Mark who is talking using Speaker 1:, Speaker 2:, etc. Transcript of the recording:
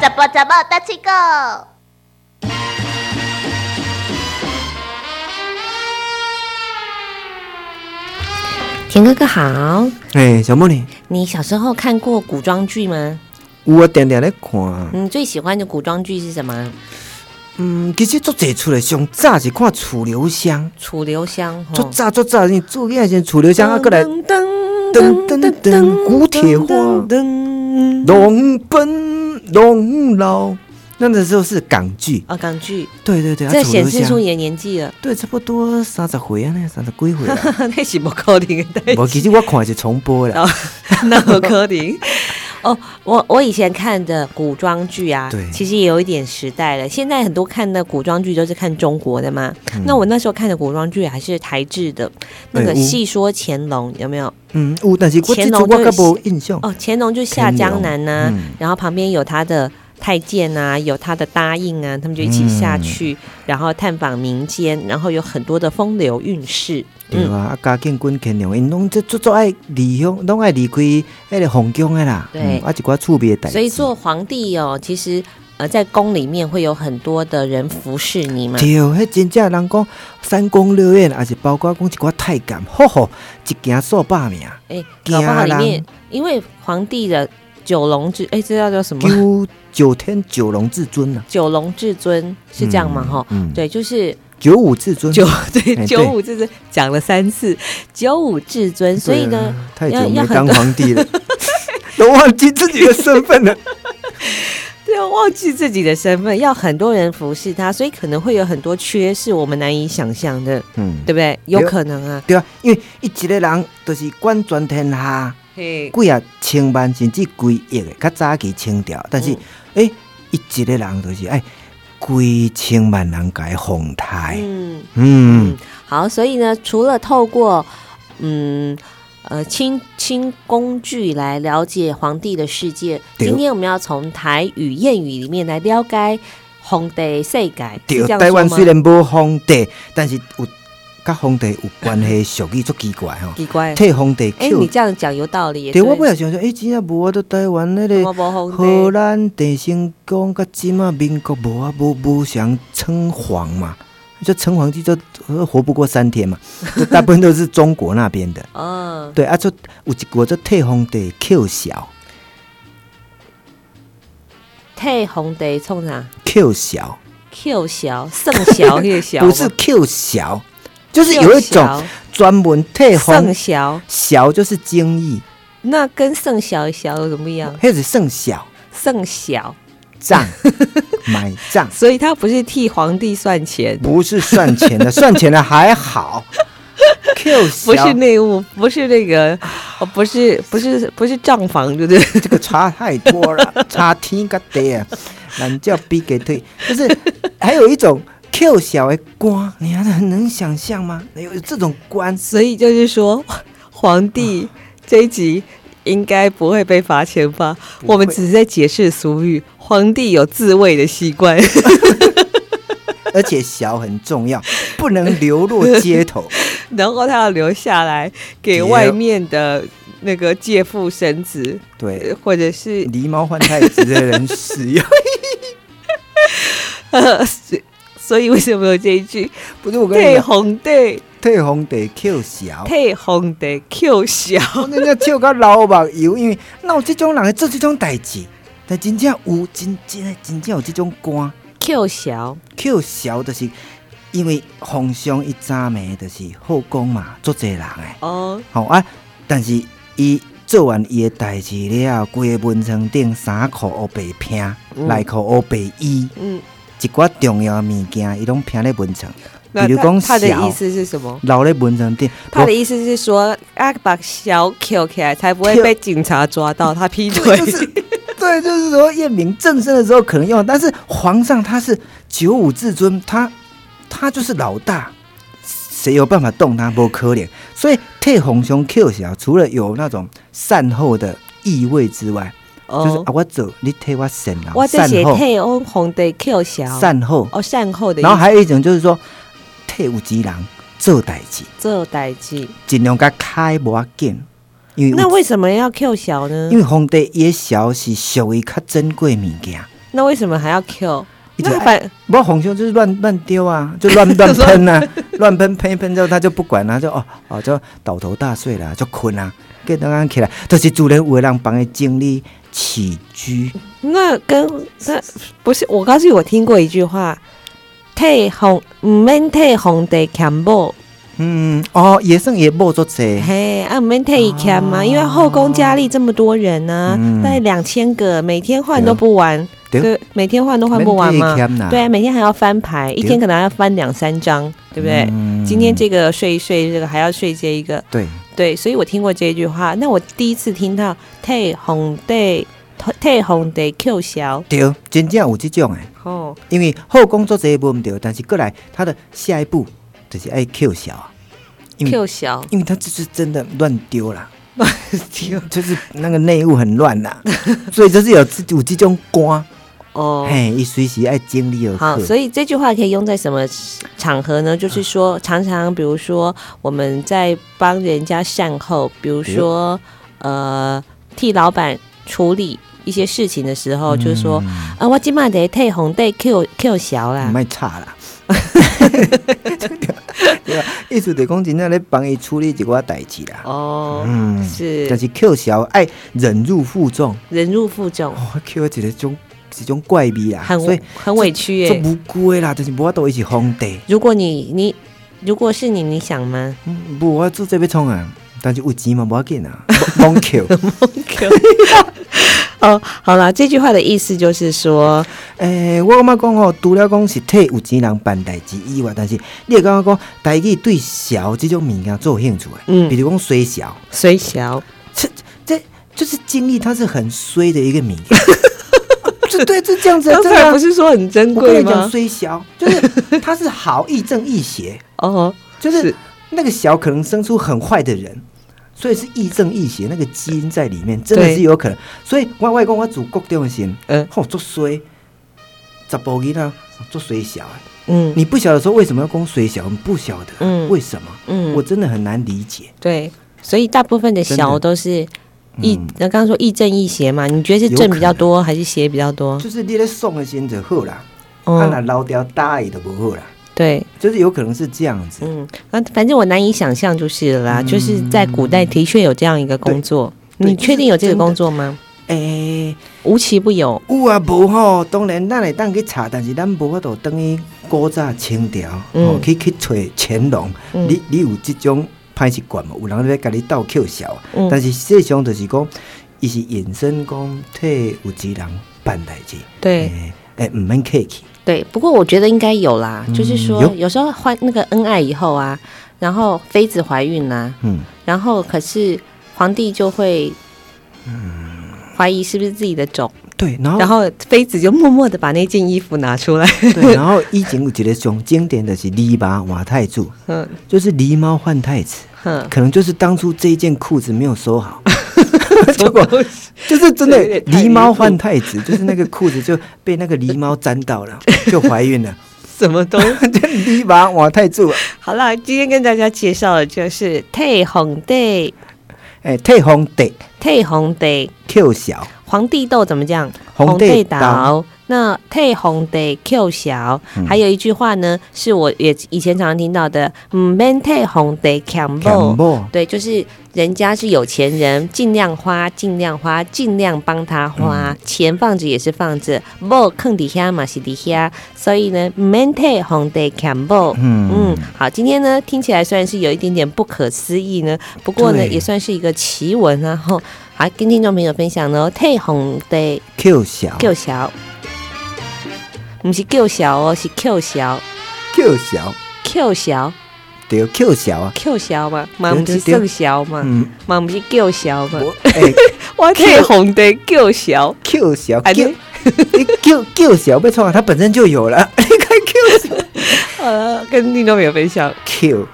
Speaker 1: 怎么怎么大七狗？
Speaker 2: 田哥哥好，
Speaker 3: 哎，小茉莉，
Speaker 2: 你小时候看过古装剧吗？
Speaker 3: 我点点咧看，
Speaker 2: 你最喜欢的古装剧是什么？
Speaker 3: 嗯，其实足侪出来，上早是看《楚留香
Speaker 2: 《楚留香》》，
Speaker 3: 足
Speaker 2: 吼
Speaker 3: 早足早，你做嘢先《楚留香》，啊，过来
Speaker 2: 噔
Speaker 3: 噔噔噔，古铁花，
Speaker 2: 噔
Speaker 3: 龙奔龙老，那个时候是港剧，
Speaker 2: 啊，港剧，
Speaker 3: 对对对，啊
Speaker 2: 这
Speaker 3: 楚留
Speaker 2: 显示
Speaker 3: 香
Speaker 2: 出你的年纪了，
Speaker 3: 对，差不多三十回啊，那三十几回啦。
Speaker 2: 那是不可能的，
Speaker 3: 无，其实我看的是重播
Speaker 2: 哦
Speaker 3: 啦。
Speaker 2: 那不可能。 哦，我我以前看的古装剧啊
Speaker 3: 对，
Speaker 2: 其实也有一点时代了。现在很多看的古装剧都是看中国的嘛。那我那时候看的古装剧还是台制的，那个
Speaker 3: 嗯哎
Speaker 2: 《
Speaker 3: 有
Speaker 2: 戏说乾隆》有没有？
Speaker 3: 嗯，有，但是我这
Speaker 2: 乾
Speaker 3: 次
Speaker 2: 隆
Speaker 3: 我较
Speaker 2: 就是
Speaker 3: 无印象。
Speaker 2: 哦，乾隆就下江南呐、
Speaker 3: 乾隆嗯
Speaker 2: 然后旁边有他的太监啊，有他的答应啊，他们就一起下去，
Speaker 3: 嗯
Speaker 2: 然后探访民间，然后有很多的风流韵事。嗯
Speaker 3: 对啊，啊，嘉靖君乾隆，因拢这足足爱离乡，拢爱离开迄个皇宫的啦。
Speaker 2: 对
Speaker 3: 嗯啊，一寡趣味的代。
Speaker 2: 所以做皇帝哦，其实呃，在宫里面会有很多的人服侍你嘛。
Speaker 3: 对，迄真正人讲三宫六院，也是包括讲一寡太监，吼吼，一行数百名，
Speaker 2: 哎，搞不好里
Speaker 3: 惊
Speaker 2: 面
Speaker 3: 人
Speaker 2: 因为皇帝的九龙之哎，这叫叫什么？
Speaker 3: 九九天九龙至尊呐、啊。
Speaker 2: 九龙至尊是这样吗？哈、
Speaker 3: 嗯，
Speaker 2: 对，就是
Speaker 3: 九五至尊。
Speaker 2: 九对
Speaker 3: 对啊
Speaker 2: 九五至尊讲了三次，九五至尊，所以
Speaker 3: 对
Speaker 2: 呢
Speaker 3: 啊，，太
Speaker 2: 要
Speaker 3: 久
Speaker 2: 要很
Speaker 3: 没当皇 帝了，都忘记自己的身份了。
Speaker 2: 对，啊忘记自己的身份，要很多人服侍他，所以可能会有很多缺是我们难以想象的，
Speaker 3: 嗯，
Speaker 2: 对不对？有可能啊，
Speaker 3: 对啊，因为伊一个人就是管全天下，
Speaker 2: 嘿，
Speaker 3: 几啊千万甚至几亿的，较早期清朝，但是
Speaker 2: 嗯
Speaker 3: 诶，伊、一个人就是哎，几千万人甲伊哄抬，
Speaker 2: 嗯，
Speaker 3: 嗯，
Speaker 2: 好，所以呢，除了透过嗯呃清清工具来了解皇帝的世界，
Speaker 3: 对
Speaker 2: 今天我们要从台语谚语里面来了解皇帝世界，
Speaker 3: 对
Speaker 2: 是这，样
Speaker 3: 台湾
Speaker 2: 说
Speaker 3: 虽
Speaker 2: 吗？
Speaker 3: 然无皇帝，但是有甲皇帝有关系，俗语足奇怪吼，
Speaker 2: 奇怪，
Speaker 3: 替皇帝
Speaker 2: 哎，你
Speaker 3: 扣。
Speaker 2: 这样讲有道理耶，
Speaker 3: 对，我本来想说，哎、真正无啊，都台湾迄、个。
Speaker 2: 我不皇
Speaker 3: 荷
Speaker 2: 帝，
Speaker 3: 兰郑成功甲即马民国无啊无无相称皇嘛，就称皇帝就呃活不过三天嘛，就大部分都是中国那边的。
Speaker 2: 嗯，
Speaker 3: 对啊，就有一国就替皇帝扣小
Speaker 2: 替皇帝冲啥？
Speaker 3: 扣小，
Speaker 2: Q 小、圣小、叶 小，
Speaker 3: 不是扣小，就是有一种专门替
Speaker 2: 圣
Speaker 3: 皇
Speaker 2: 小，
Speaker 3: 小就是精益，
Speaker 2: 那跟圣小小有什么不一样？
Speaker 3: 那是剩小
Speaker 2: 圣小，
Speaker 3: 账买账，
Speaker 2: 所以他不是替皇帝算钱，
Speaker 3: 不是算钱的，算钱的还好。扣小
Speaker 2: 不是内务，不是那个，哦不是不是不是账房，对不 对？
Speaker 3: 这个差太多了，差天个地啊！懒叫逼给退，就是还有一种 Q 小的官，你还很能想象吗？有这种官，
Speaker 2: 所以就是说，皇帝这一集。应该不会被罚钱吧？
Speaker 3: 不会
Speaker 2: 我们只是在解释俗语，皇帝有自卫的习惯。
Speaker 3: 而且小很重要，不能流落街头。
Speaker 2: 然后他要留下来给
Speaker 3: 给
Speaker 2: 外面的那个借腹生子，
Speaker 3: 对
Speaker 2: 呃，或者是
Speaker 3: 狸猫换太子的人使用。
Speaker 2: 呃，所 所以为什么有这一句
Speaker 3: 不是
Speaker 2: “
Speaker 3: 我跟你
Speaker 2: 退
Speaker 3: 讲，哦
Speaker 2: 红帝，
Speaker 3: 退红得 Q 小，哦
Speaker 2: 退红帝 Q 小
Speaker 3: 人家笑到流目油，因为哪有这种人会做这种代志？但真正有，真真真正有这种官。
Speaker 2: Q 小
Speaker 3: 扣小就是因为皇上一早暝就是后宫嘛，足侪人诶，”
Speaker 2: 哦，
Speaker 3: 吼、啊！但是伊做完伊诶代志了，规个文床顶衫裤乌白拼，
Speaker 2: 嗯
Speaker 3: 内裤乌白衣，
Speaker 2: 嗯，
Speaker 3: 一寡重要的物件伊拢拼咧文床，
Speaker 2: 那
Speaker 3: 比如
Speaker 2: 他
Speaker 3: 讲
Speaker 2: 他的
Speaker 3: 小
Speaker 2: 意思是什么？
Speaker 3: 留咧文床顶。
Speaker 2: 他的意思是说，啊，把小 Q 起来，才不会
Speaker 3: 跳
Speaker 2: 被警察抓 到他劈腿
Speaker 3: 对，就。是 对，就是说验明正身的时候可能用，但是皇上他是九五至尊，他他就是老大，谁有办法动他？不可怜。所以退红胸 Q 小，除了有那种善后的意味之外，就是
Speaker 2: 哦
Speaker 3: 啊，，我走，你替我神啊，
Speaker 2: 我这
Speaker 3: 善
Speaker 2: 写
Speaker 3: 后，
Speaker 2: 退红红帝 Q 小，
Speaker 3: 善后。
Speaker 2: 哦善后的意
Speaker 3: 然后
Speaker 2: 思，
Speaker 3: 还有一种就是说退伍吉郎，做代志，
Speaker 2: 这代志。
Speaker 3: 尽量甲开无要紧，因为
Speaker 2: 那
Speaker 3: 有
Speaker 2: 为什么要 Q 小呢
Speaker 3: 因？为皇帝伊的潲是属于较珍贵的物件，
Speaker 2: 那为什么还要 Q？
Speaker 3: 一直
Speaker 2: 那反
Speaker 3: 无红烧就是乱乱丢啊，就乱乱 喷啊，乱喷喷一喷之后他就不管啦、就哦哦就倒头大睡啦，就困啦、啊，隔等下起来，就是主人有的人帮他整理起居，
Speaker 2: 那跟那不是我告诉你，我听过一句话：退红唔免退红地强暴，
Speaker 3: 嗯哦也算也无做济，
Speaker 2: 嘿啊唔免退伊强嘛，
Speaker 3: 哦
Speaker 2: 因为后宫佳丽这么多人呢、
Speaker 3: 嗯
Speaker 2: 大概两千个，每天换都不完，
Speaker 3: 对
Speaker 2: 对，每天换都换不完嘛。对啊，每天还要翻牌，一天可能要翻两三张，对不对？
Speaker 3: 嗯
Speaker 2: 今天这个睡一睡，这个还要睡这一个，
Speaker 3: 对
Speaker 2: 对，所以我听过这一句话。那我第一次听到“退红地退红地 Q 小
Speaker 3: 对，真正有这种诶，”，
Speaker 2: 哦，
Speaker 3: 因为后工作这一步唔对，但是过来他的下一步就是爱 Q 小啊，因为
Speaker 2: Q 小，
Speaker 3: 因为他就是真的乱 丢啦。就是那个内务很乱啦，所以就是有这有这种官，
Speaker 2: 哦。
Speaker 3: 嘿，伊随时爱经历而
Speaker 2: 好，所
Speaker 3: 以
Speaker 2: 以这句话可以用在什么场合呢？就是说，常常比如说我们在帮人家善后，比如说呃替老板处理一些事情的时候，就是说啊，我今晚得退红得 Q Q 小啦，
Speaker 3: 卖 差啦。对吧？意思就讲真正咧帮伊处理一寡代志啦。
Speaker 2: 哦，
Speaker 3: 嗯，
Speaker 2: 是
Speaker 3: 但是 Q 小爱忍辱负重，
Speaker 2: 忍辱负重，
Speaker 3: 哦，Q 一个种一种怪味啦，
Speaker 2: 很
Speaker 3: 所以
Speaker 2: 很委屈耶、
Speaker 3: 做无辜的啦，就是无法度一起皇帝，
Speaker 2: 如果你你如果是你，你想吗？
Speaker 3: 嗯无我做这要创啊，但是有钱嘛无要紧啊， 蒙 Q。
Speaker 2: 哦，好啦，这句话的意思就是说，
Speaker 3: 诶、我感觉讲吼，除了讲是替有钱人办代志以外，但是你会感觉讲，家己对小即种物件最有兴趣的，
Speaker 2: 嗯
Speaker 3: 比如讲衰小，
Speaker 2: 虽小
Speaker 3: 这这就是经历它是很衰的一个物件， 这对，这这样子啊
Speaker 2: 刚
Speaker 3: 真
Speaker 2: 才不
Speaker 3: 的啊。
Speaker 2: 是说很珍
Speaker 3: 我跟
Speaker 2: 贵
Speaker 3: 你讲，
Speaker 2: 吗？
Speaker 3: 衰小就是它是好亦正亦邪，
Speaker 2: 哦，
Speaker 3: 就是
Speaker 2: 是
Speaker 3: 那个小可能生出很坏的人。所以是亦正亦邪，那个基因在里面，真的
Speaker 2: 对
Speaker 3: 是有可能。所以我外公我祖国中的时候，
Speaker 2: 嗯
Speaker 3: 吼作衰，十甫囡仔作衰小的，
Speaker 2: 嗯
Speaker 3: 你不晓得说为什么要攻水小，你不晓得，
Speaker 2: 嗯
Speaker 3: 为什么？
Speaker 2: 嗯，
Speaker 3: 我真的很难理解。
Speaker 2: 对，所以大部分的
Speaker 3: 真的
Speaker 2: 小都是亦
Speaker 3: 嗯，
Speaker 2: 那刚刚说亦正亦邪嘛，你觉得是
Speaker 3: 有
Speaker 2: 正
Speaker 3: 可
Speaker 2: 比较
Speaker 3: 能
Speaker 2: 多还是邪比较多？
Speaker 3: 就是你在送的先就好啦，啊那
Speaker 2: 嗯，
Speaker 3: 捞掉大意的不好啦，
Speaker 2: 对，
Speaker 3: 就是有可能是这样子。
Speaker 2: 嗯，那反正我难以想象就是了啦，就是在古代的确有这样一个工作，
Speaker 3: 对
Speaker 2: 你
Speaker 3: 就是
Speaker 2: 确定有这个
Speaker 3: 真的
Speaker 2: 工作吗？
Speaker 3: 诶、
Speaker 2: 无奇不有，
Speaker 3: 有啊无吼，当然咱会当去查，但是咱无法度等于古早清朝，
Speaker 2: 嗯
Speaker 3: 哦去去找乾隆，
Speaker 2: 嗯
Speaker 3: 你你有这种歹习惯无？有人咧甲你斗扣笑，
Speaker 2: 嗯
Speaker 3: 但是实际上就是讲，伊是衍生讲替有钱人办代志，
Speaker 2: 对。
Speaker 3: 诶、毋免客气。
Speaker 2: 对，不过我觉得应该有啦，就是说
Speaker 3: 嗯有
Speaker 2: 有时候欢那个恩爱以后啊，然后妃子怀孕啦、啊
Speaker 3: 嗯，
Speaker 2: 然后可是皇帝就会。怀疑是不是自己的种，
Speaker 3: 对，然后
Speaker 2: 嗯然后妃子就默默的把那件衣服拿出来。
Speaker 3: 对，然后以前有一个上经典的是狸猫换太子，
Speaker 2: 嗯
Speaker 3: 就是狸猫换太子，
Speaker 2: 哼，
Speaker 3: 可能就是当初这一件裤子没有 收好，结果就是真的
Speaker 2: 这有点太离
Speaker 3: 狸
Speaker 2: 谱
Speaker 3: 猫换太子，就是那个裤子就被那个狸猫沾到 了，就怀孕了，
Speaker 2: 什么都
Speaker 3: 就狸猫换太子，
Speaker 2: 好啦，今天跟大家介绍的就是退皇帝，
Speaker 3: 哎，退皇帝
Speaker 2: 退皇帝，
Speaker 3: Q 小，
Speaker 2: 皇帝豆怎么讲？
Speaker 3: 皇帝豆
Speaker 2: 帝豆。那退皇帝 Q 小，还有一句话呢，是我也以前常常听到的，嗯，免退皇帝强暴
Speaker 3: 强。暴，
Speaker 2: 对，就是人家是有钱人，尽量花，尽量花，尽量帮他
Speaker 3: 嗯
Speaker 2: 花，钱放着也是放着，不坑底下嘛是底下，所以呢，免退红得砍不。
Speaker 3: 嗯
Speaker 2: 嗯，好，今天呢听起来虽然是有一点点不可思议呢，不过呢
Speaker 3: 对
Speaker 2: 也算是一个奇闻啊，然后好跟听众朋友分享呢，退红得
Speaker 3: ，Q 小
Speaker 2: 救小，不是救小哦，是 Q 小
Speaker 3: ，Q 小，
Speaker 2: ，Q 小
Speaker 3: 对，Q 小啊，
Speaker 2: ，Q 小嘛，嘛不
Speaker 3: 对
Speaker 2: 是
Speaker 3: 对对
Speaker 2: 圣小嘛，
Speaker 3: 嗯，
Speaker 2: 嘛不是救小嘛。
Speaker 3: 我哎
Speaker 2: 我替红的叫小，
Speaker 3: Q 小
Speaker 2: 安尼
Speaker 3: ，Q，你 Q Q 小 被创了，它本身就有了，你看 Q 小
Speaker 2: 呃，跟听众朋友分享。
Speaker 3: Q。